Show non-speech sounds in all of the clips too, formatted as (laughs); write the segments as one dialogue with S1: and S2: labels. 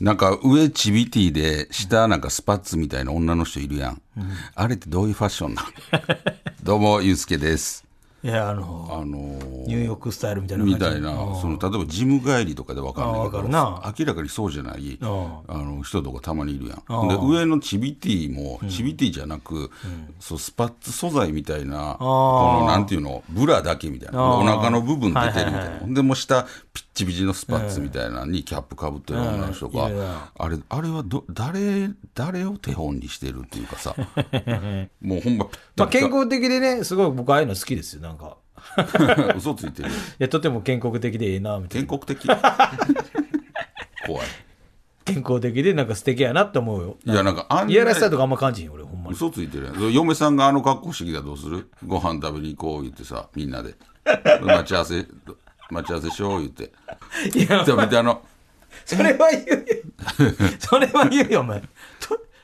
S1: なんか上チビティで下なんかスパッツみたいな女の人いるやん、あれってどういうファッションなのどうもゆうすけです
S2: いや、あの、
S1: あのー
S2: ニューヨークスタイルみたいな感じ
S1: みたいなその例えばジム帰りとかでわかんないけ
S2: あーわか
S1: ど
S2: るな
S1: 明らかにそうじゃないあ
S2: ん
S1: の人とかたまにいるやんで上のチビティもチビティじゃなく、そうスパッツ素材みたいなこのなんていうのブラだけみたいな
S2: あ
S1: お
S2: ー
S1: 腹の部分出てるみたいな、
S2: はいはい
S1: ほんでもう下ピッチピチのスパッツみたいなのにキャップかぶってる女の人が、
S2: うんいるな
S1: あれあれはど誰誰を手本にしてるっていうか
S2: (laughs)
S1: さもうほんまピッ
S2: まあ、
S1: タピ
S2: 健
S1: タ、
S2: 康的でね、すごい僕、ああいうの好きですよ、なんか。
S1: (laughs) 嘘ついてる
S2: いや、とても健康的でええな、みたい
S1: 全
S2: な。
S1: 国
S2: (laughs)
S1: 的怖い
S2: 健康的で、なんか素敵やなって思うよ。
S1: いや、なんか、あんない
S2: やらしさとかあんま感じひん、俺、ほんまに。
S1: 嘘ついてるやん。それ嫁さんがあの格好してきたらどうするご飯食べに行こう言ってさ、みんなで。待ち合わせ、待ち合わせしよう言って。
S2: いや
S1: じゃあ、見てあの、
S2: それは言うよ。それは言うよ、お前。と、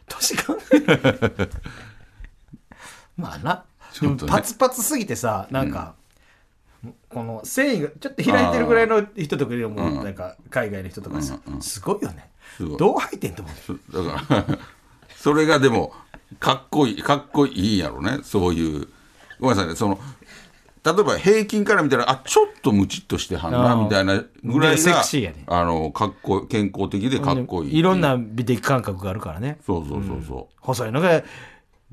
S2: 年考えるまあな。
S1: ち
S2: で
S1: ょ
S2: も
S1: っとね
S2: パツパツすぎてさ、なんか、この繊維がちょっと開いてるぐらいの人とかよりも、なんか、海外の人とかさ、すごいよね。
S1: ごい
S2: どう入ってんと思う。
S1: だから、それがでも、かっこいい、かっこいいんやろね。そういう。ごめんなさいね、その、例えば平均から見たら、あ、ちょっとムチっとしてはんな、
S2: あー
S1: みたいなぐらいが、
S2: ねセクシーやね
S1: あの、かっこいい、健康的でかっこいい。
S2: ろん。な美的感覚があるからね。
S1: そうそうそうそう。
S2: 細いのが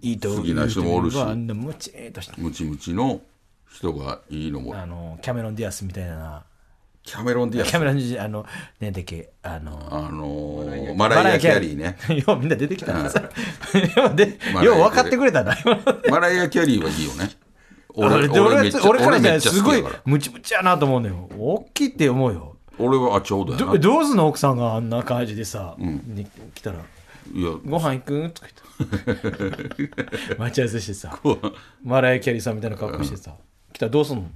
S2: いいと
S1: 好きな人もおるし
S2: 言うてみればあんなむちーっとした。
S1: ムチムチの人がいいのも
S2: あの、キャメロン・ディアスみたいな。
S1: キャメロン・ディア
S2: キ
S1: ス
S2: ャメロン・ディアス、あの、ねだっけ、あの、
S1: あのーマライア・キャリーね。
S2: ようみんな出てきたな、それようで
S1: マライ
S2: よう
S1: ア
S2: 分かってくれたな。今
S1: マライア・キャリーはいいよ (laughs) ね。
S2: 俺
S1: 俺
S2: 俺
S1: 俺めっちゃ
S2: 俺からじゃない
S1: 俺めっち
S2: す
S1: ゃ好
S2: ご
S1: き
S2: い
S1: やから
S2: ムチムチやなと思うのよ。大きいって思うよ。
S1: 俺はあちょうどやな。
S2: ど
S1: い
S2: どうすんの奥さんがあんな感じでさ、に来たら、
S1: や、
S2: ご飯行くとか
S1: (laughs)
S2: 言って。待ち合わせしてさ、マライア・キャリーさんみたいな格好してさ、来たらどうすんの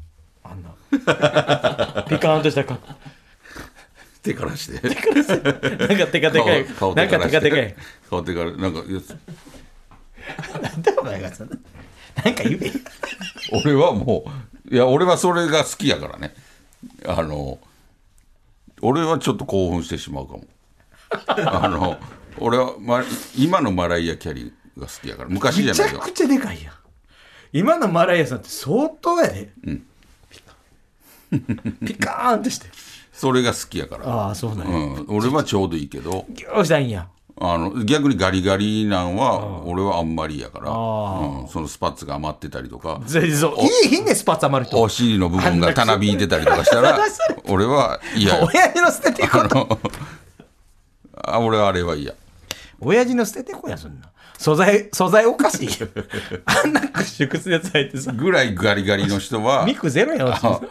S2: あんな。ピカーンとした格好。
S1: 手からして。
S2: なんかテカテカい。
S1: 顔
S2: な
S1: 手
S2: ん
S1: か
S2: からテカ
S1: して。
S2: テカい。
S1: 顔手から、なんか、いや
S2: なんだお前がそんな。なんか言え。
S1: 俺はもう、いや、俺はそれが好きやからね。あの、俺はちょっと興奮してしまうか (laughs) も。あの、俺は、ま、今のマライア・キャリーが好きやから、昔じ
S2: め
S1: ゃ
S2: ち
S1: な
S2: ゃ
S1: いよ
S2: く。ちゃでかいやん今のマライアさんって相当やで、ピカーンピカーンとして
S1: それが好きやから。
S2: ああそうなん
S1: う
S2: や、
S1: ん、俺はちょうどいいけど。
S2: ギューしたいんや
S1: あの逆にガリガリなんは俺はあんまりやから、うん、そのスパッツが余ってたりとか
S2: ぜそういいいいねスパッツ余る人
S1: お尻の部分がたなびいてたりとかした
S2: (laughs)
S1: ら俺は嫌や
S2: 親父の捨てて (laughs) こ
S1: あのあ俺はあれは嫌
S2: 親父の捨ててこやそんな素材素材おかしいよ (laughs) あんな縮屈のやつ入ってさ
S1: ぐらいガリガリの人は
S2: ミクゼロやん
S1: あ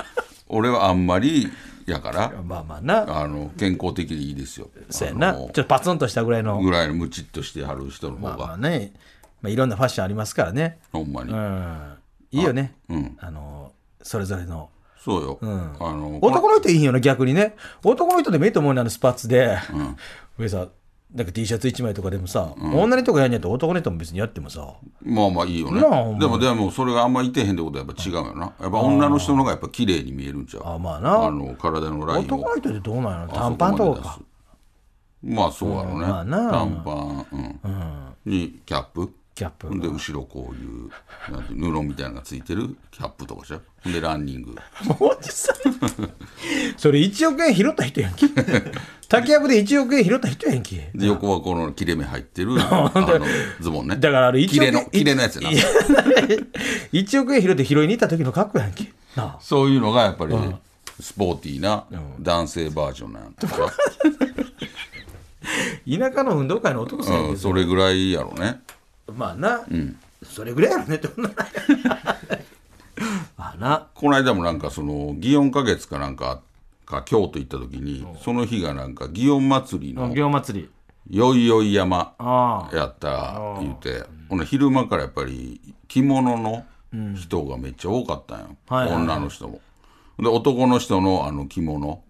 S1: 俺はあんまりやから
S2: まあまあな
S1: あの健康的でいいですよ
S2: そうやな
S1: あ
S2: ちょ
S1: の
S2: っとパツンとしたぐらいの
S1: ぐらいのムチっとしてはる人の方
S2: ま
S1: が、
S2: あまあね、まあ、いろんなファッションありますからね
S1: ほんまに、
S2: うんいいよねあ,、
S1: うん
S2: のそれぞれの
S1: そうよ、あの
S2: 男の人いいよな、逆にね。男の人でもいいと思うね、あのスパッツで。上さ、なんか T シャツ1枚とかでもさ、女の人がやんねやったら男の人も別にやってもさ、
S1: まあまあいいよね
S2: なあお前
S1: でもでもそれがあんまいてへんってことはやっぱ違うよなやっぱ女の人の方がやっぱ綺麗に見えるんちゃう
S2: あまあ
S1: あ
S2: な
S1: の体のライン
S2: 男
S1: を
S2: の人ってどうなんやろ
S1: あ
S2: 短
S1: そこ
S2: パ
S1: ま
S2: ン
S1: で
S2: と
S1: 出
S2: か
S1: す。まあそうやろうね、
S2: まあな
S1: 短パン、うんにキャップ
S2: キャップ (laughs)
S1: ほんで後ろこういうなんて布みたいなのがついてるキャップとかじゃほんでランニング
S2: もうじさんそれ1億円拾った人やん
S1: (laughs)
S2: け。竹やぶで1億円拾った人やんけ。
S1: で横はこの切れ目入ってる
S2: (laughs)
S1: あのズボンね
S2: だからあれ1億円。
S1: 切れの切れのやつやない
S2: やだから1億円拾って拾いに行った時の格好やんけ。なあ。
S1: そういうのがやっぱりスポーティーな男性バージョンなんとか、
S2: 田舎の運動会の男さんや
S1: う
S2: け
S1: ん、それぐらいやろうね
S2: ど、まあな、それぐらいやろねって女
S1: (laughs)
S2: のまあな。
S1: この間もなんかその祇園花月かなんかか京都行った時にその日がなんか祇園祭りの
S2: 行祭り。
S1: よいよい山
S2: あ
S1: やった言うて、ほな昼間からやっぱり着物の人がめっちゃ多かったんよ、
S2: はいはいはい
S1: 女の人もで男の人のあの着物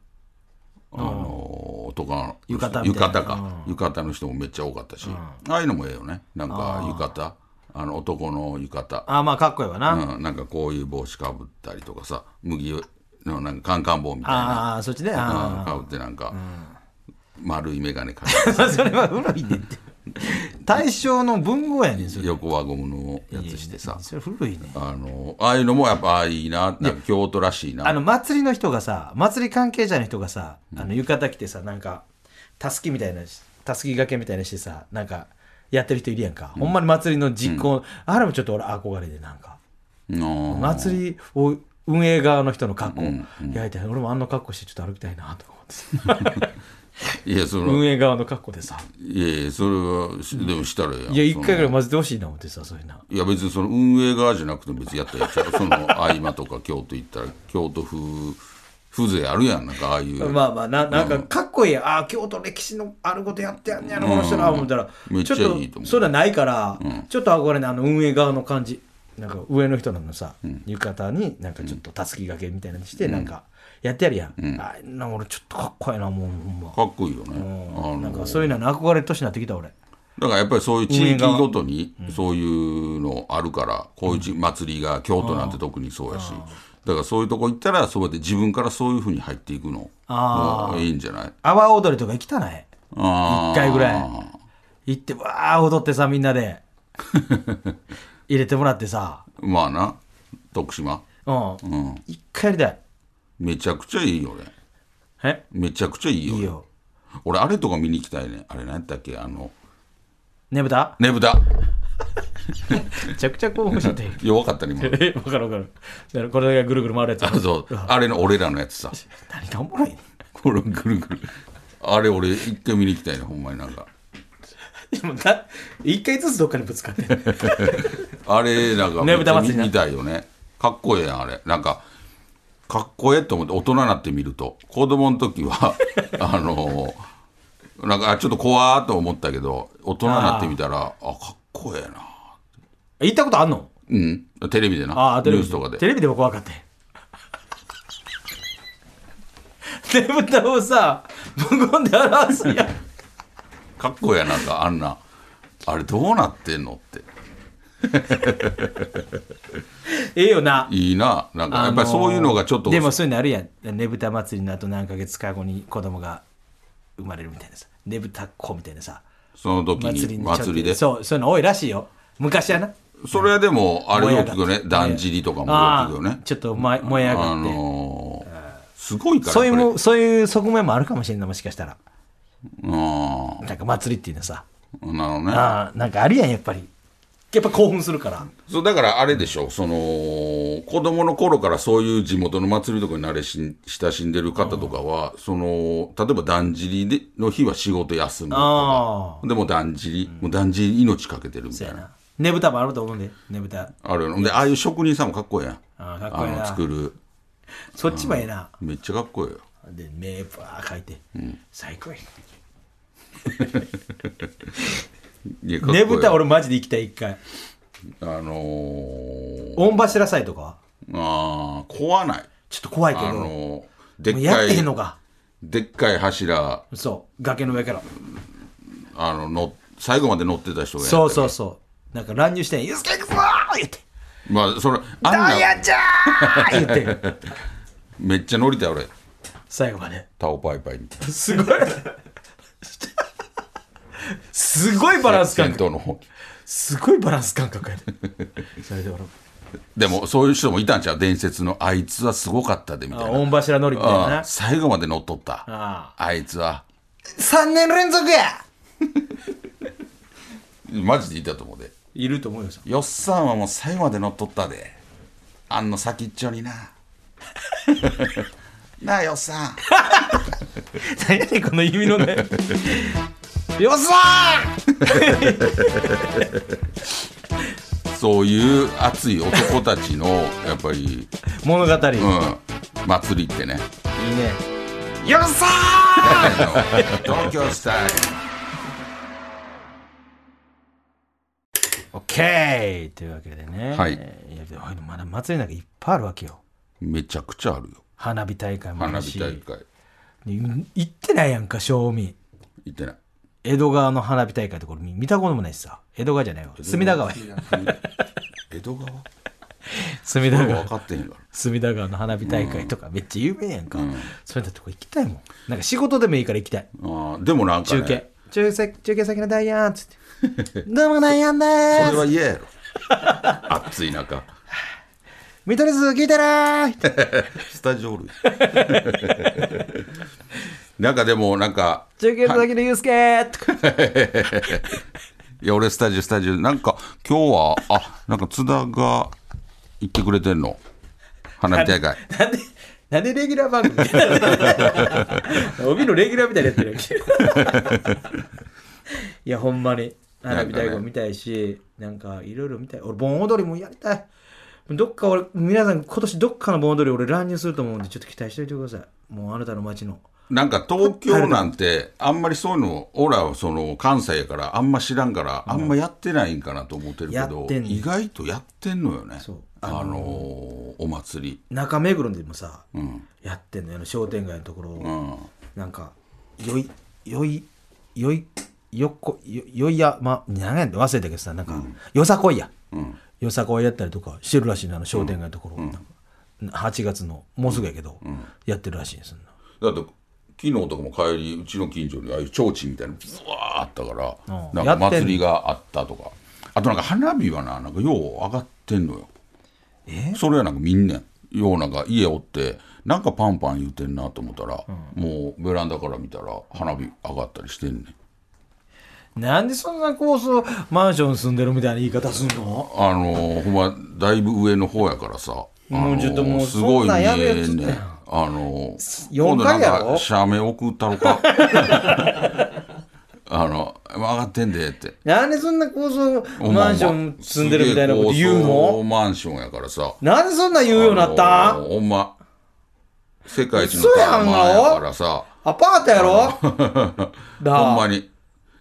S1: あの男の
S2: 浴衣み
S1: 浴
S2: たいな
S1: 衣か浴衣の人もめっちゃ多かったしああいうのもええよねなんか浴衣あの男の浴衣
S2: ああまあかっこいいわな、
S1: うん、なんかこういう帽子かぶったりとかさ麦のなんかカンカン帽みたいな
S2: ああそっちねあ
S1: かぶってなんか、丸い眼鏡かけ
S2: (laughs)
S1: て
S2: あそれは古いねって大正の文豪やねんそれ
S1: 横輪ゴムのやつしてさ
S2: それ古いね
S1: あのああいうのもやっぱああいいななんか京都らしいな
S2: あの祭りの人がさ祭り関係者の人がさあの浴衣着てさなんかたすきみたいなしたすきがけみたいなしてさなんかやってる人いるやんか、ほんまに祭りの実行、あれもちょっと俺憧れでなんか
S1: うん
S2: 祭りを運営側の人の格好、いやいや俺もあんな格好してちょっと歩きたいなと思ってさ
S1: いやそれはい
S2: 運営側の格好でさ
S1: やいやそれはしでもしたらええやん
S2: いや一
S1: その
S2: 回ぐらい混ぜてほしいな思ってさそういうない
S1: や別にその運営側じゃなくても別にやったらえ
S2: (laughs)
S1: えやんその合間とか京都行ったら京都風風情あるやんなんかああいう、
S2: まあまあななんかかっこいいやんああ京都歴史のあることやってやんねやろこの人ら思ったら
S1: めっちゃいいと思う
S2: ょっとそれはないから、ちょっと憧れないあの運営側の感じなんか上の人なのさ、浴衣になんかちょっとたすきがけみたいなのして、なんかやってやるやん、あんな俺ちょっとかっこいいなもうほんま
S1: かっこいいよね、あの
S2: なんかそういうのに憧れる年になってきた俺
S1: だからやっぱりそういう地域ごとにそういうのあるから、こういう地祭りが京都なんて特にそうやし、だからそういうとこ行ったらそうやって自分からそういうふうに入っていくのもいいんじゃない
S2: 阿波踊りとか行きたない
S1: 一
S2: 一回ぐらい行ってわあ踊ってさみんな
S1: (laughs)
S2: で入れてもらってさ
S1: まあな徳島
S2: うん、
S1: ん
S2: 一回やりたい
S1: めちゃくちゃいいよね
S2: え
S1: めちゃくちゃいいよ
S2: い
S1: ね
S2: いよ
S1: 俺あれとか見に行きたいねあれ何やったっけあの
S2: ねぶた
S1: ねぶた
S2: めちゃくちゃ興奮してたよ
S1: 弱かったね今
S2: (laughs) え、わかるわかる。だからこれがぐるぐる回るやつ。
S1: あそうあれの俺らのや
S2: (laughs)
S1: つさ
S2: 何がおもろいねん
S1: これぐるぐるあれ俺一回見に行きたいねほんまになんか
S2: でもな一回ずつどっかにぶつかってんねん。
S1: あれなんか
S2: ねぶた祭りな
S1: 見たいよねかっこええやんあれなんかかっこええと思って大人になって見ると子供の
S2: (laughs)
S1: 時はあのーなんかあちょっと怖ーと思ったけど大人になってみたらあかっこええな
S2: (laughs) 行ったことあんの
S1: うんテレビでな
S2: ああ、テ
S1: ニ
S2: レ
S1: ュ
S2: ビ
S1: ースとかで
S2: テレビでも怖か (laughs) ったよ。ねぶたをさ、無言で表 (laughs) すやん。
S1: かっこええやんなんかあんなあれどうなってんのって
S2: ええよな。
S1: いいななんかやっぱりそういうのがちょっと、
S2: あのーでもそういうのあるやん。ねぶた祭りの後何ヶ月か後に子供が生まれるみたいなさ。ねぶたっ子みたいなさ。
S1: その時に
S2: 祭り
S1: 祭
S2: にちょっと
S1: りでそ
S2: そう、そういうの多いらしいよ。昔はな。
S1: れはでもあれよく聞くよ
S2: 燃え上が
S1: ね
S2: って
S1: だんじりとかも
S2: ああ
S1: よく聞くよね
S2: ちょっと燃え燃え上が
S1: あ
S2: って、
S1: のーすごいから
S2: そういう
S1: やっぱり
S2: もそういう側面もあるかもしれんないもしかしたら
S1: あ
S2: なんか祭りっていうのはさ
S1: あ、なるほどね。
S2: ああなんかあるやんやっぱりやっぱ興奮するから
S1: そう、だからあれでしょ、その、子供の頃からそういう地元の祭りとかに慣れし親しんでる方とかは、その、例えばだんじりでの日は仕事休むと
S2: あ
S1: か、でもだんじり、もうだんじり命かけてるみた
S2: そう
S1: い
S2: や
S1: な。
S2: なねぶたもあると思うんでねぶた
S1: あるよねで、ああいう職人さんもかっこいいやん。
S2: あーかっこいいな
S1: の、作る。
S2: そっちもええな、
S1: めっちゃかっこいいよ。
S2: で目ばー描いて、最高や
S1: いやかっこいい
S2: ねぶた俺マジで行きたい一回
S1: あのー、
S2: 御柱祭とかは
S1: ああ、壊ない。
S2: ちょっと怖いけど、
S1: あ
S2: も
S1: のー、で
S2: う
S1: っ
S2: や
S1: か
S2: ってへんの
S1: い、
S2: か
S1: でっかい柱、
S2: そう崖の上から
S1: あの、の、最後まで乗ってた人がやってる
S2: そうそうそうなんか乱入してん「ゆすけ行くぞ!」言って
S1: まあそ
S2: 「
S1: れあん
S2: ダイ
S1: な
S2: ヤちゃー!」言
S1: (laughs)
S2: って
S1: めっちゃ乗りたい俺
S2: 最後まで
S1: タオパイパイに
S2: すごい。すごいバランス感
S1: 先
S2: 覚。
S1: 頭の方に
S2: すごいバランス感覚やね。それで俺、
S1: でもそういう人もいたんちゃう伝説のあいつはすごかったでみたい
S2: 御
S1: な
S2: 柱乗りみたいな
S1: う。
S2: なん
S1: 最後まで乗っとった
S2: あ
S1: あいつは
S2: 3年連続や
S1: マジでいたと思うで
S2: いると思うよ。
S1: よっさんはもう最後まで乗っとったであんの先っちょにな (laughs) なあよっさん
S2: 何やねんこの指の (laughs) ね。よっさ
S1: そういう熱い男たちのやっぱり
S2: ー物語。いいね
S1: う。ん祭りってね
S2: よっさー
S1: 東京スタイル
S2: OK! というわけでね。
S1: はい
S2: えーいやでもまだ祭りなんかいっぱいあるわけよ。
S1: めちゃくちゃあるよ
S2: 花火大会もあ
S1: 花
S2: る
S1: 火
S2: し。
S1: 大会
S2: うん行ってないやんか、正味。
S1: 行ってない
S2: 江戸川の花火大会とか俺見見たこともないしさ。江戸川じゃないわ。隅田川や。
S1: 江戸川
S2: 隅田
S1: 分
S2: 川。
S1: かってへんから
S2: 隅田川の花火大会とかめっちゃ有名やんか。そういったとこ行きたいもん。なんか仕事でもいいから行きたい。
S1: あーでもなんか、
S2: 中
S1: ね、
S2: 継。中継中継先のダイアンっつ
S1: (laughs)
S2: って。どうもダイアンでーす
S1: それは嫌やろ暑い中
S2: 見取り図聞いてね
S1: (laughs)
S2: ー
S1: スタジオおるなんかでもなんか
S2: 中継先のユースケーとか。
S1: いや俺スタジオスタジオなんか今日はあなんか津田が行ってくれてんの花火大会
S2: なんで、なんでレギュラー番組み (laughs) たいな帯のレギュラーみたいなやってるやんけ (laughs) いや、ほんまに。花火大会も見たいし、なんかいろいろ見たい。俺、盆踊りもやりたい。どっか俺、皆さん、今年どっかの盆踊り俺乱入すると思うんで、ちょっと期待しておいてください。もうあなたの街の。
S1: なんか東京なんてあんまりそういうの俺らはその関西やからあんま知らんからあんまやってないんかなと思ってるけ
S2: やっ
S1: ど、
S2: てんねん
S1: 意外とやってんのよね
S2: そう
S1: あのーお祭り
S2: 中目黒でもさ、やってんのよ、あの商店街のところを。
S1: うん
S2: なんか、よい、よい、よい、よっこ、よよいや、ま、何やん忘れたけどさ、なんか、よさこいや。よさこいやったりとかしてるらしいな、あの商店街のところ。なんか8月の、もうすぐやけど、やってるらしいです。
S1: だって昨日とかも帰りうちの近所にああいう提灯みたいなのブワーあったから、
S2: うん
S1: なんか
S2: やってんの
S1: 祭りがあったとかあとなんか花火はななんかよう上がってんのよそれはなんかみんなようなんか家おってなんかパンパン言うてんなと思ったら、もうベランダから見たら花火上がったりしてんねん
S2: なんでそんな高層マンション住んでるみたいな言い方すんの
S1: あのーほんまだいぶ上の方やからさあの
S2: もうちょっともう
S1: ーすご
S2: そん
S1: い
S2: なん
S1: 見
S2: やめよ
S1: え
S2: ちょっ
S1: んねん
S2: とや
S1: あのー
S2: 四
S1: 今度なん
S2: 階やろ
S1: か社名送ったろ
S2: (laughs)
S1: かあの上がってんでって
S2: なんでそんな高層マンション住んでるみたいなこと言う
S1: すげえ高層
S2: の
S1: マンションやからさ
S2: なんでそんな言うようになった
S1: あの
S2: ん
S1: ーほんま世界一の
S2: 嘘や
S1: タ
S2: ん
S1: ワ
S2: の
S1: マンやからさ
S2: アパートやろ
S1: (laughs)
S2: だ
S1: ほんまに。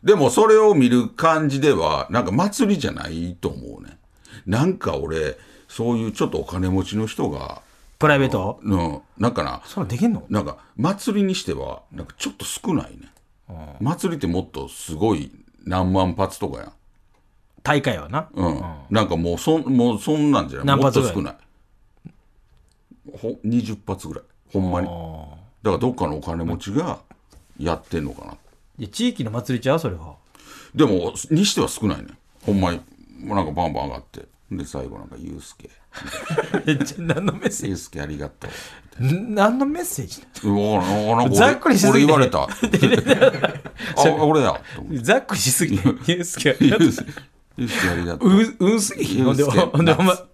S1: でもそれを見る感じでは、なんか祭りじゃないと思うね。なんか俺、そういうちょっとお金持ちの人が、
S2: プライベート
S1: うん、なんかな、
S2: それできんの
S1: なんか祭りにしては、なんかちょっと少ないね。祭りってもっとすごい何万発とかやん。
S2: 大会はな。
S1: うん。なんかもうそん、もうそんなんじゃない。
S2: 何
S1: もっ
S2: 発
S1: と
S2: ぐらい
S1: 少ない。ほ、20発ぐらい。ほんまに。だからどっかのお金持ちがやってんのかな。
S2: いや地域の祭りちゃうそれは。
S1: でもにしては少ないねほんまになんかバンバン上がってで最後なんか「ユうスケ
S2: えじゃ何のメッセー
S1: ユうスケありがとう」
S2: ジん何のメッセージ
S1: うわあなんか俺
S2: ざっくりしすぎ
S1: 俺
S2: て
S1: 言われ
S2: (laughs)
S1: たあ俺やと思って
S2: ざっくりしすぎて。ユースケ
S1: ユうスケユうスケありがとう
S2: う、うんすぎひん。ほんで、
S1: ユースケ
S2: ほんでお前
S1: 夏、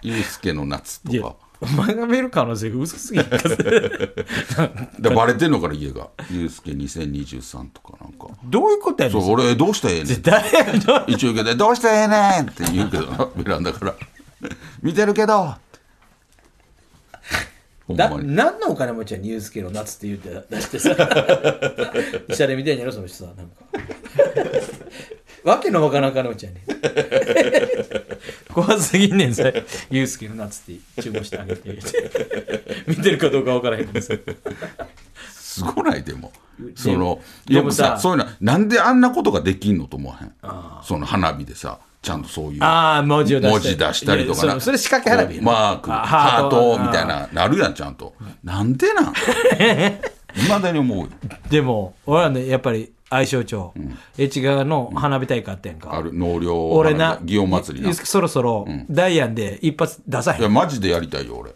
S1: ユうスケの夏
S2: い
S1: と
S2: や
S1: か
S2: お前が見る可能性が薄すぎひんか
S1: でバレてんのから家がユうスケ2023とかなんか
S2: どういうことやね
S1: そ
S2: ん。
S1: う俺どうしたらええねん
S2: 誰やねん
S1: 一応受けて「どうしたらええねん!」って言うけどな
S2: (laughs)
S1: ベランダから「見てるけど」ほん
S2: だ
S1: まに
S2: 何のお金持ちやニュースケの夏って言って出してさ医者でみたいにやろその人はなんかわけのわからんお金持ちやね怖すぎんねんそれユースケの夏って注文してあげて見てるかどうかわからへんけどさ
S1: すごないでもその
S2: で
S1: よ
S2: も
S1: く
S2: さ
S1: さそういうのはなんであんなことができんのと思わへんその花火でさちゃんとそういう
S2: ああ文字を出した
S1: 文
S2: り
S1: 字出したりとか
S2: いや
S1: な
S2: そそれ仕掛け花火
S1: こ
S2: や
S1: う
S2: な
S1: マーク
S2: あ
S1: ハート
S2: あー
S1: みたいななるやんちゃんとなんで
S2: (laughs)
S1: なんいまだに思うよ
S2: でも俺らねやっぱり愛称町越川の花火大会あったやんか
S1: ある納涼
S2: 俺な
S1: 祇園祭り
S2: ゆ
S1: な
S2: ゆうすけそろそろダイアンで一発出さ
S1: い
S2: へ
S1: や
S2: ん
S1: マジでやりたいよ俺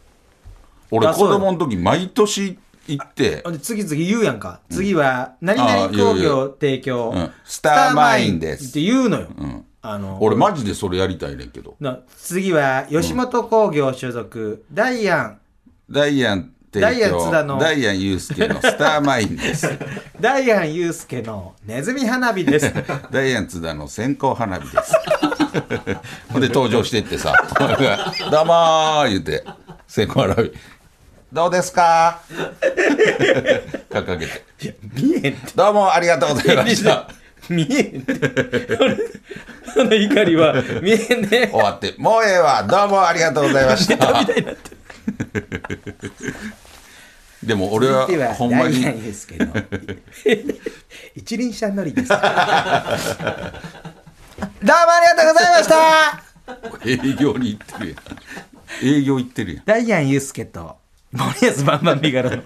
S1: 俺
S2: あ
S1: 子
S2: そう
S1: 供の時毎年行って
S2: ほんで次々言うやんか次は何
S1: あ
S2: 々
S1: あ言う
S2: 工業提供
S1: うんスターマインです
S2: って言うのよあの
S1: 俺マジでそれやりたいねんけど
S2: な次は吉本興業所属ダイアン
S1: ダイアンって
S2: ダイアン津田の
S1: ダイアンユースケのスターマインです
S2: ダイアンユースケのネズミ花火
S1: (laughs)
S2: です
S1: ダイアン津田の線香花火です (laughs) ほんで登場してってさ (laughs) 「どうもー」言うて線香花火どうですか (laughs) 掲げて
S2: 見えんって (laughs)
S1: 「どうもありがとうございました
S2: 見えんってあの怒りは見えね
S1: 終わって「もうええわどうもありがとうございました」 (laughs) でも俺は
S2: え。では、
S1: ほんまに
S2: 大事ですけど。 (laughs) 一輪車乗り
S1: (laughs)
S2: です。どうもありがとうございました。
S1: 営業に行ってるやん営業行ってるやん
S2: ダイアンユースケと森安バンバンビガロの。い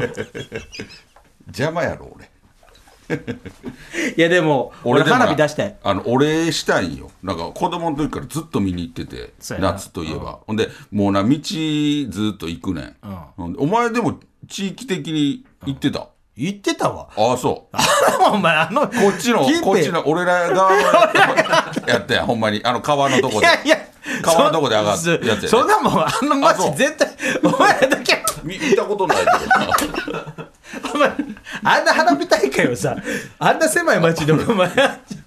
S1: 邪魔やろ俺
S2: やでも俺
S1: でもな
S2: 花火出して。
S1: あのお礼したいんよなんか子供の時からずっと見に行ってて
S2: そうやな
S1: 夏といえば、ほんでもうな道ずっと行くねん、ほんでお前でも地域的に行ってた、
S2: 言ってたわ。
S1: ああそう
S2: お前あのこ
S1: こっちの
S2: 近辺
S1: こっちの俺
S2: (laughs)
S1: ら側の (laughs) やったやんほんまにあの川のとこ
S2: い
S1: で
S2: やいや。
S1: 川のとこで上がっ
S2: そ
S1: やつや
S2: そんなもんあのマ
S1: あそ
S2: ジ
S1: う
S2: 絶対お前だけ
S1: 見見たことないけどな (laughs)
S2: お前あんな花火大会をさあんな狭い町でお前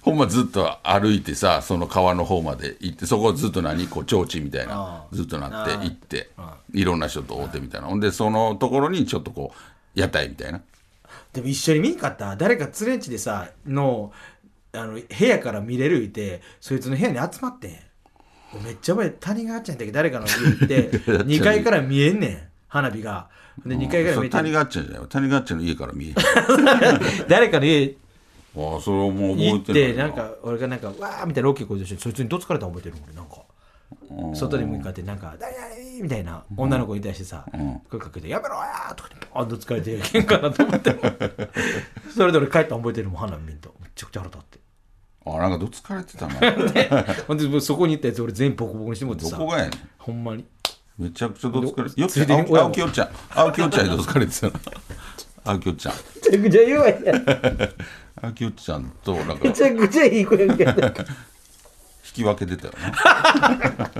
S1: ほんまずっと歩いてさその川の方まで行ってそこずっと何こう提灯みたいなずっとなって行っていろんな人と会うてみたいなほんでそのところにちょっとこう屋台みたいな
S2: でも一緒に見んかった誰か連れんちでさのあの部屋から見れる言うてそいつの部屋に集まってんめっちゃ前谷川ちゃんだけ誰かの
S1: (laughs)
S2: 家行って2階から見えんねん花火がで2階から
S1: そ
S2: 見え
S1: れ
S2: て
S1: 谷川っちゃんじゃない谷川っちゃんの家から見えへん
S2: (laughs) 誰かの家
S1: ああそれはもう覚え
S2: 行って
S1: てな
S2: ないんか俺がなんかわーみたいなロケ行こうとしてそいつにどつかれたの覚えてる俺なんか外に向かってなんか「誰々みたいな女の子に対してさ声かけて「やめろや!」とかってあどつかれて喧嘩なと思ってそれで俺帰ったの覚えてるもん花火見んとめちゃくちゃ腹立って
S1: あなんかどつかれて
S2: (laughs)
S1: たな (laughs)
S2: ほんでもうそこに行ったやつ俺全員ボコボコにしてもって
S1: ど
S2: さ
S1: こがやね
S2: ほんまに
S1: んめちゃくちゃどつかれてよっ
S2: ついでに
S1: 青青木おっちゃん青木おっちゃんにどつかれてたな (laughs) 青木おっちゃん
S2: めちゃくちゃ弱いやんめ
S1: 青木おっちゃんとなんか引
S2: ちゃくちゃいい子やんけい
S1: き分けてたよ
S2: (laughs)
S1: な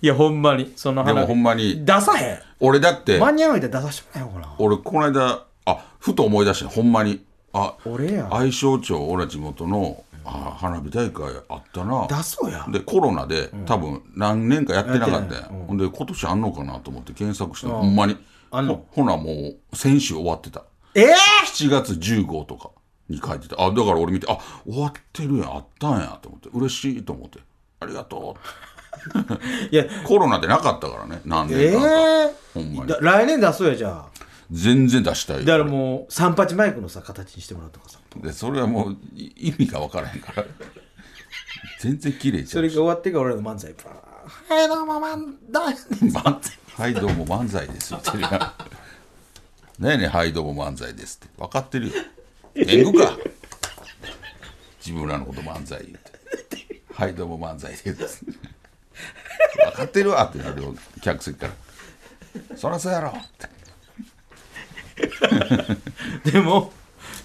S2: やほんまにその
S1: で
S2: 花
S1: もほんまに
S2: 出さへん
S1: 俺だって
S2: 間に合うみたい出さしてもらえよか
S1: 俺この間あふと思い出したほんまにあ
S2: な俺や
S1: 愛荘町俺ら地元のあ花火大会あったな
S2: 出そうや
S1: でコロナで多分何年かやってなかった
S2: や
S1: や
S2: っ
S1: ん、ほんで今年あんのかなと思って検索してほんまに
S2: あんの
S1: ほほなもう先週終わってた
S2: ええ
S1: 7月15とかに書いてたあだから俺見てあ終わってるやんあったんやと思って嬉しいと思ってありがと
S2: いや
S1: うコロナでなかったからね何
S2: え
S1: 年
S2: え
S1: 間か、ほんまに
S2: だ来年出そうやじゃあ
S1: 全然出したいよ
S2: だからもう三八マイクのさ形にしてもらうとかさ
S1: でそれはもうい意味が分からへんから全然綺麗じ
S2: そ
S1: ゃん
S2: れが終わってから俺らの漫才バーはいどうも漫才
S1: 漫才 (laughs) はいどうも漫才です」って言ってるやん「ねえねえはいどうも漫才です」って分かってるよ天狗か自分らのこと漫才言って「はいどうも漫才です」分かってるわってなるよ客席から「そらそうやろ」って
S2: でも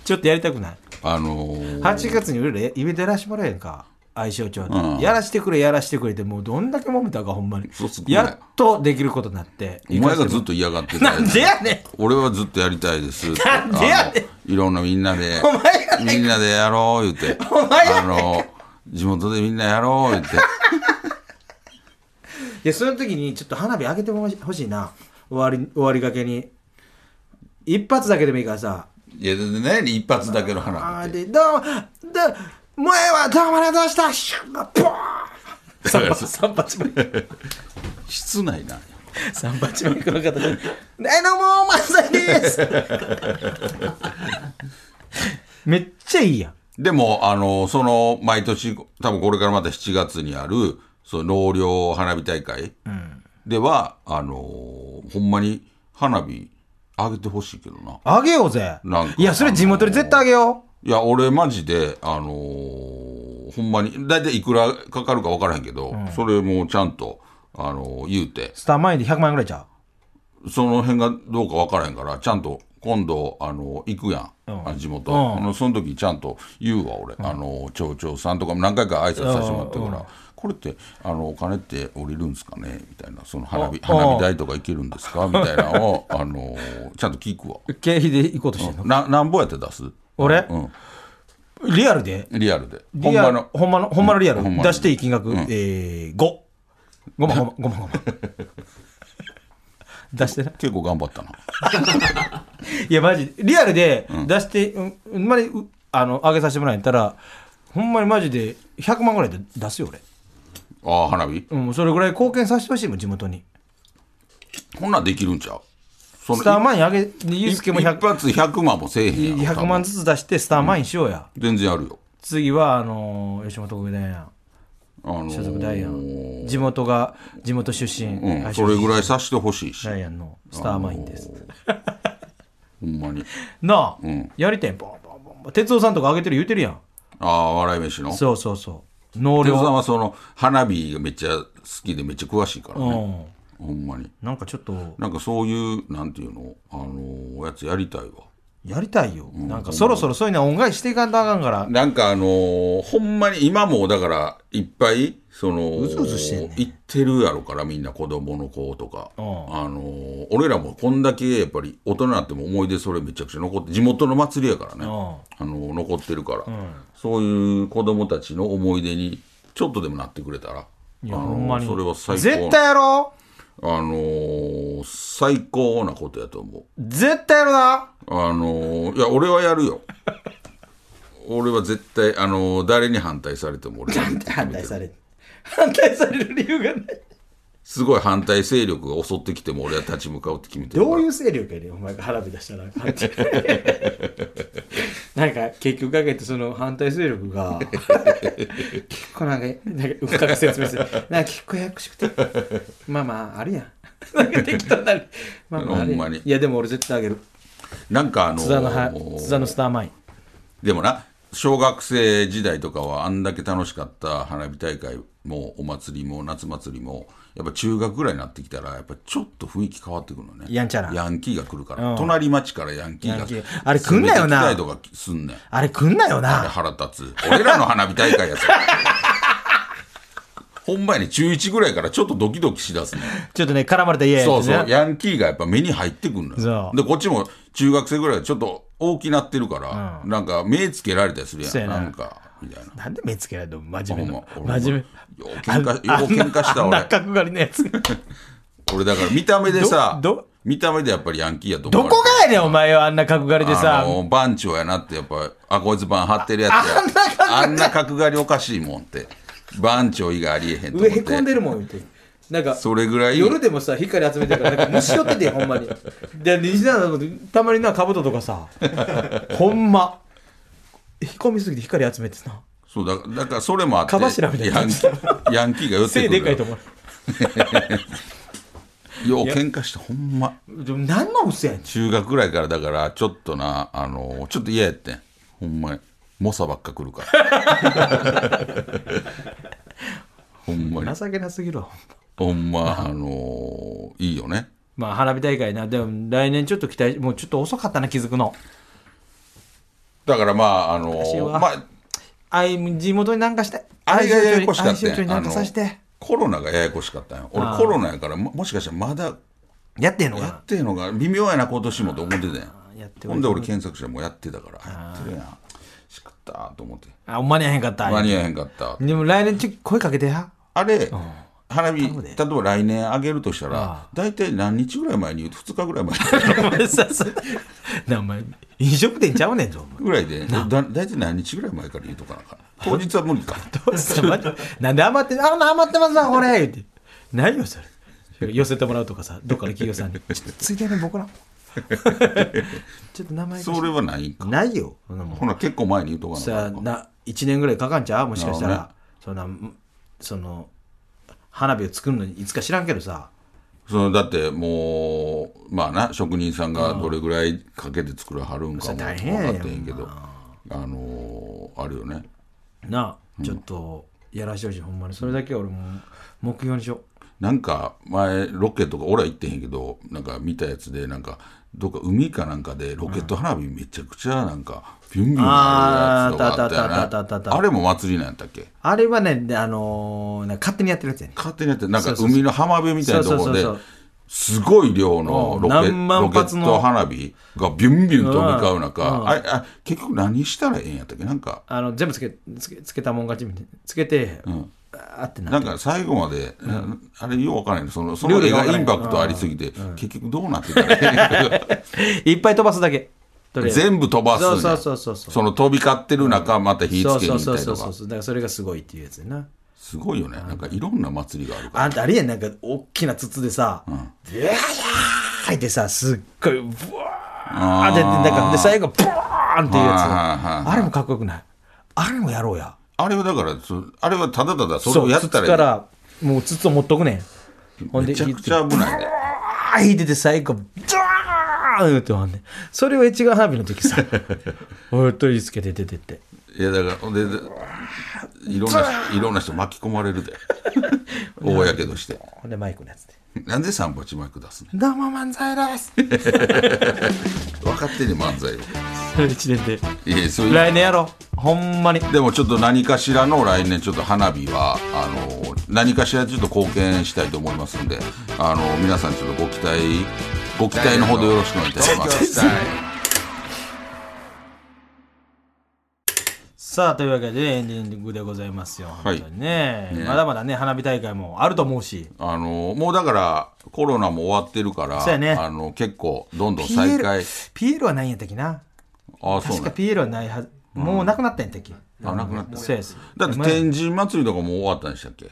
S2: ちょっとやりたくない
S1: あのー
S2: 8月に俺らイベントやらしてもらえんか愛称町で、
S1: うん
S2: やらしてくれやらしてくれってもうどんだけ揉めたかほんまに
S1: そうっすね
S2: やっとできることになって
S1: お前がずっと嫌がってたや
S2: な
S1: つ
S2: んでやねん
S1: 俺はずっとやりたいですって
S2: なんでやねん
S1: あのいろんなみんなで
S2: お前や
S1: みんなでやろう言うて
S2: お前やねん
S1: あの地元でみんなやろう言うて
S2: でその時にちょっと花火上げてほしいな終わり終わりがけに一発だけでもいいからさ
S1: いやだって何一発だけの
S2: あ
S1: 花
S2: ー
S1: 火って
S2: でどうもどうもうええわどうもありがとうございましたシュッポーン
S1: だか
S2: (laughs)
S1: ら
S2: 三八マイク
S1: 室内なんよ
S2: 三八マイクの方で「えどうも漫才です」 (laughs) めっちゃいいやん
S1: でもあのその毎年多分これからまた7月にあるその納涼花火大会では、あのほんまに花火上げてほしいけどな
S2: あげようぜ
S1: なんか
S2: いやそれ地元で絶対あげよう
S1: いや、俺マジで、あのーほんまに、だいたいいくらかかるか分からへんけど、それもちゃんと、あのー言うて、
S2: スターマインで100万円ぐらいちゃ
S1: その辺がどうか分からへんから、ちゃんと今度、あのー行くやん、あの地元、あのその時ちゃんと言うわ、俺、あのー町長さんとかも何回か挨拶させてもらったから、これって、あの、お金って降りるんですかねみたいな、その花火、
S2: あ
S1: 花火代とかいけるんで
S2: (laughs)
S1: すかみたいなのを、あのーちゃんと聞くわ。
S2: う経費で行こうとしてるの
S1: な、なんぼやって出す
S2: 俺
S1: うん、
S2: リアルで
S1: リアルで。
S2: リア
S1: ほ
S2: ル
S1: んまの。
S2: ほんまのほんまのリアル
S1: ほんまの
S2: 出していい金額えー5 5万5万5万5万 (laughs) 出してな
S1: 結構頑張ったな。
S2: いやマジリアルで出して、うん、までうあの上げさせてもらえたらほんまにマジで100万ぐらいで出すよ俺、
S1: ああ花火
S2: うん、それぐらい貢献させてほしいもん地元に
S1: こんなんできるんちゃうその
S2: スターマインあげユうスケも
S1: 一
S2: 100
S1: 発100万もせえへんやろ多
S2: 100
S1: 分
S2: 万ずつ出してスターマインしようや、
S1: 全然あるよ
S2: 次はあのー吉本国大や
S1: あのー
S2: 所属大や地元が地元出身、
S1: うん、それぐ
S2: い
S1: らいさしてほしいし、
S2: ダイアンのスターマインです、
S1: ほんまに
S2: なあ、
S1: ん
S2: やりてんボンボンボンボン哲夫さんとかあげてる言うてるやん
S1: ああ笑い飯の
S2: そうそうそう能
S1: 哲夫さん
S2: 量
S1: はその花火がめっちゃ好きでめっちゃ詳しいから
S2: う
S1: ね、
S2: ん
S1: ほんまに
S2: なんかちょっと
S1: なんかそういうなんていうのあのーやつやりたいわ
S2: やりたいよ、なんかそろそろそういうのは恩返ししていかんとあかんから
S1: なんかあのーほんまに今もだからいっぱいその
S2: うずうずしてんねん
S1: 行ってるやろからみんな子供の子とか、
S2: うん
S1: あのー俺らもこんだけやっぱり大人になっても思い出それめちゃくちゃ残って地元の祭りやから
S2: う
S1: ね、
S2: ん
S1: あのー残ってるから、そういう子供たちの思い出にちょっとでもなってくれたら
S2: いや
S1: あのー
S2: ほんまに
S1: それは最高
S2: 絶対やろう
S1: あのー最高なことやと思う
S2: 絶対やろうな
S1: あのーいや俺はやるよ (laughs) 俺は絶対あのー誰に反対されても俺は
S2: 反対され反対される理由がない
S1: すごい反対勢力が襲ってきても俺は立ち向かうって決めてるか
S2: ど
S1: ら
S2: ういう勢力やねんお前が腹火出 (laughs) したらなんか結局かけてその反対勢力が結構なんかなんかうっかり説明するなんか結構ややこしくてまあまああるやんなんか (laughs) 適当になるまあまああるや
S1: ほんまに
S2: いやでも俺絶対あげる
S1: なんかあのー
S2: 津田のは津田のスターマイン
S1: でもな小学生時代とかはあんだけ楽しかった花火大会もお祭りも夏祭りもやっぱ中学ぐらいになってきたらやっぱちょっと雰囲気変わってくるのね
S2: やんちゃな
S1: ヤンキーが来るから、
S2: うん
S1: 隣町からヤンキー
S2: ヤ
S1: が
S2: ンキーあれ来んなよな
S1: 攻めてきたりとかすんねん
S2: あれ来んなよ
S1: あれ
S2: な
S1: 腹立つ俺らの花火大会
S2: (laughs)
S1: やつほんまやね中1ぐらいからちょっとドキドキしだすね
S2: ちょっとね絡まれた家
S1: そうそうヤンキーがやっぱ目に入ってくるの
S2: そ
S1: よ
S2: う
S1: でこっちも中学生ぐらいはちょっと大きなってるから、なんか目つけられたりするやん
S2: そうやな
S1: なんかみたいな
S2: なんで目つけられたの真面目な
S1: ほんま
S2: 真面目
S1: 俺もよう喧嘩
S2: あん
S1: よう喧嘩した
S2: あんなあ
S1: 俺
S2: んな角刈りのや
S1: (laughs)
S2: つ
S1: 俺だから見た目でさ
S2: どど
S1: 見た目でやっぱりヤンキーやと思
S2: ど
S1: われ
S2: こがやねんお
S1: 前
S2: 前はあんな角刈りでさ
S1: あの番長やなってやっぱあこいつ番張ってるやつやあんな角刈りおかしいもんって番長以外ありえへんと思
S2: 上
S1: っ
S2: へこんで
S1: て
S2: るもんみたいななんか
S1: それぐらい
S2: 夜でもさ光集めてるからなんか虫寄って
S1: (laughs)
S2: てほんまにで西田さんもたまにな兜とか
S1: (laughs)
S2: さほんま引っ込みすぎて光集めてな
S1: そうだだからそれもあって
S2: かばしらみたいな
S1: ヤンキーヤンキーが寄って
S2: 背
S1: くる
S2: で
S1: の
S2: か
S1: よ
S2: いと思う
S1: よう喧嘩してほんま
S2: でも何の嘘やねん
S1: 中学ぐらいからだからちょっとなあのちょっと嫌やってんほんまに猛者ばっか来るから (laughs) ほんまに
S2: 情けなすぎるわ
S1: ほんまあのいいよね
S2: まあ花火大会なでも来年ちょっと期待もうちょっと遅かったな気づくの
S1: だからまああの
S2: 私は
S1: まあ
S2: あい地元になんかして
S1: あれがややこしかった
S2: 愛知に
S1: ん
S2: な
S1: あ
S2: んかさせ
S1: の
S2: て
S1: コロナがややこしかったんよ
S2: あー
S1: 俺コロナやからももしかしたらまだ
S2: やってんのか
S1: や
S2: な
S1: ってんのが微妙やな今年もと思ってたんや
S2: ーやってはいる
S1: ほんで俺検索したらもうやってたからやってるやんしかったと思って
S2: あ間に合わへんかった
S1: 間に合えへんかった
S2: でも来年ちょっと声かけて
S1: (laughs)
S2: や
S1: あれ花火例
S2: むで
S1: えば来年あげるとしたら大体何日ぐらい前に言うと2日ぐらい前に
S2: (laughs) お前さそなお前飲食店ちゃうねんぞお前
S1: ぐらいでだ大体何日ぐらい前から言うとかなあかん当日は無理か (laughs)
S2: なんで余って、あんな余ってますわ、これ言って。何よ、それ。寄せてもらうとかさ、どっかの企業さんに。ちょっとついてね、
S1: (laughs)
S2: 僕ら。ちょっと名前
S1: それはないんか
S2: ないよ。そんなもん
S1: ほな結構前に言うとかな
S2: さ
S1: あかん
S2: な、1年ぐらいかかんちゃうもしかした
S1: なるほ
S2: ら。そんな、んその、花火を作るのにいつか知らんけどさ。
S1: そのだってもうまあな職人さんがどれぐらいかけて作らはるんかも分か
S2: 大
S1: って
S2: 変やねん
S1: へんけどあのーあるよね
S2: なあ、ちょっと、やらしてほしい、ほんまに。それだけは俺も、目標にしよ
S1: なんか前ロケとか俺は行ってへんけどなんか見たやつでなんかどっか海かなんかでロケット花火めちゃくちゃなんかビュンビュンあるやつとかあったよ
S2: あーあったあったあったあっ
S1: な
S2: た
S1: あれも祭りなんやったっけ
S2: う。あれはね、であのーなんか勝手にやってるやつやね。
S1: 勝手にやってなんか海の浜辺みたいなところで
S2: そうそうそうそう
S1: すごい量のロケ
S2: うん何万
S1: ロケ
S2: 発
S1: ッ
S2: の
S1: ト花火がビュンビュン飛び交う中、ああ結局何したらええんやったっけなんか
S2: あの全部つけつけつけたもん勝ちみたいなつけて、あってな
S1: な
S2: っ (laughs)
S1: ん
S2: て
S1: か最後まで、なあれよう分からないそのそ
S2: ル
S1: の
S2: ール
S1: 絵
S2: が分
S1: が
S2: から
S1: イ
S2: ん
S1: ンパクトありすぎて、結局どうなってたらええんやろ
S2: いっぱい飛ばすだけとりあえず
S1: 全部飛ばすねん
S2: そうそうそうそう
S1: その飛び交ってる中また火
S2: そう
S1: つけ
S2: そう
S1: るみた
S2: そう
S1: い
S2: そ
S1: と
S2: うそう
S1: か
S2: だからそれがすごいっていうやつやな
S1: すごいよねなんかいろんな祭りがあるから
S2: あんたありえんなんか大きな筒でさ「うわー!」ってさすっごいブワーってなんかで最後ブワーンっていうやつ
S1: はいはいはいはい
S2: あれもかっこよくないあれもやろうや
S1: あれはだからそあれはただただそれ
S2: そ
S1: を
S2: う
S1: やって
S2: 筒
S1: た
S2: から
S1: いい
S2: らもう筒を持っとくねんほんで
S1: めちゃくちゃ危ないね
S2: あー引いてて最後、ドワーンって終わんねんそれを越後花火の時さ、おい、取り付けて出てって。
S1: いやだからほんででいろんな人いろんな人巻き込まれる
S2: (laughs)
S1: で大やけどして
S2: ほんでマイクのやつで。
S1: なんで三八マイク出すね
S2: どうも漫才です。
S1: 分かってね漫才を
S2: それ一年で。
S1: いやそういう
S2: 来年やろう。ほんまに。
S1: でもちょっと何かしらの来年ちょっと花火はあの何かしらちょっと貢献したいと思いますんであの皆さんちょっとご期待ご期待のほどよろしくお願いいたします。
S2: さあ、というわけでエンディングでございますよ。
S1: はい
S2: 本当にね
S1: ね
S2: まだまだね、花火大会もあると思うし。
S1: あのもうだからコロナも終わってるから、
S2: そうやね
S1: あの結構どんどん再
S2: PL
S1: 開。
S2: PL はないんやったっけな。
S1: あそう
S2: 確
S1: な
S2: か
S1: ん
S2: PL はないはず。もうなくなったんやったっけ。
S1: あなくなった
S2: そうやす。
S1: だって天神祭りとかもう終わったんでしたっけ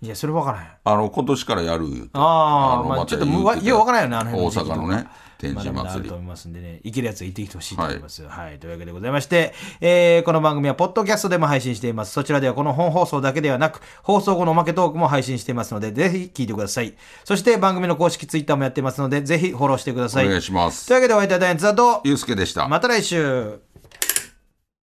S2: いや、それわからへん。
S1: あの今年からやる言うて
S2: あー
S1: の
S2: まあ
S1: た
S2: ちょっとむ
S1: 言うてた
S2: わようわからんよなあの辺の
S1: 大
S2: 時期とか
S1: 阪のね天
S2: ま
S1: 神
S2: だまだあ
S1: 祭
S2: る
S1: り
S2: と思いますんでね、行けるやつは行ってきてほしいと思います。はい、というわけでございまして、えーこの番組はポッドキャストでも配信しています。そちらではこの本放送だけではなく、放送後のおまけトークも配信していますので、ぜひ聞いてください。そして番組の公式ツイッターもやってますので、ぜひフォローしてください。
S1: お願いします
S2: というわけでお会いいたいダイアンツだと、
S1: ゆうすけでした
S2: また来週。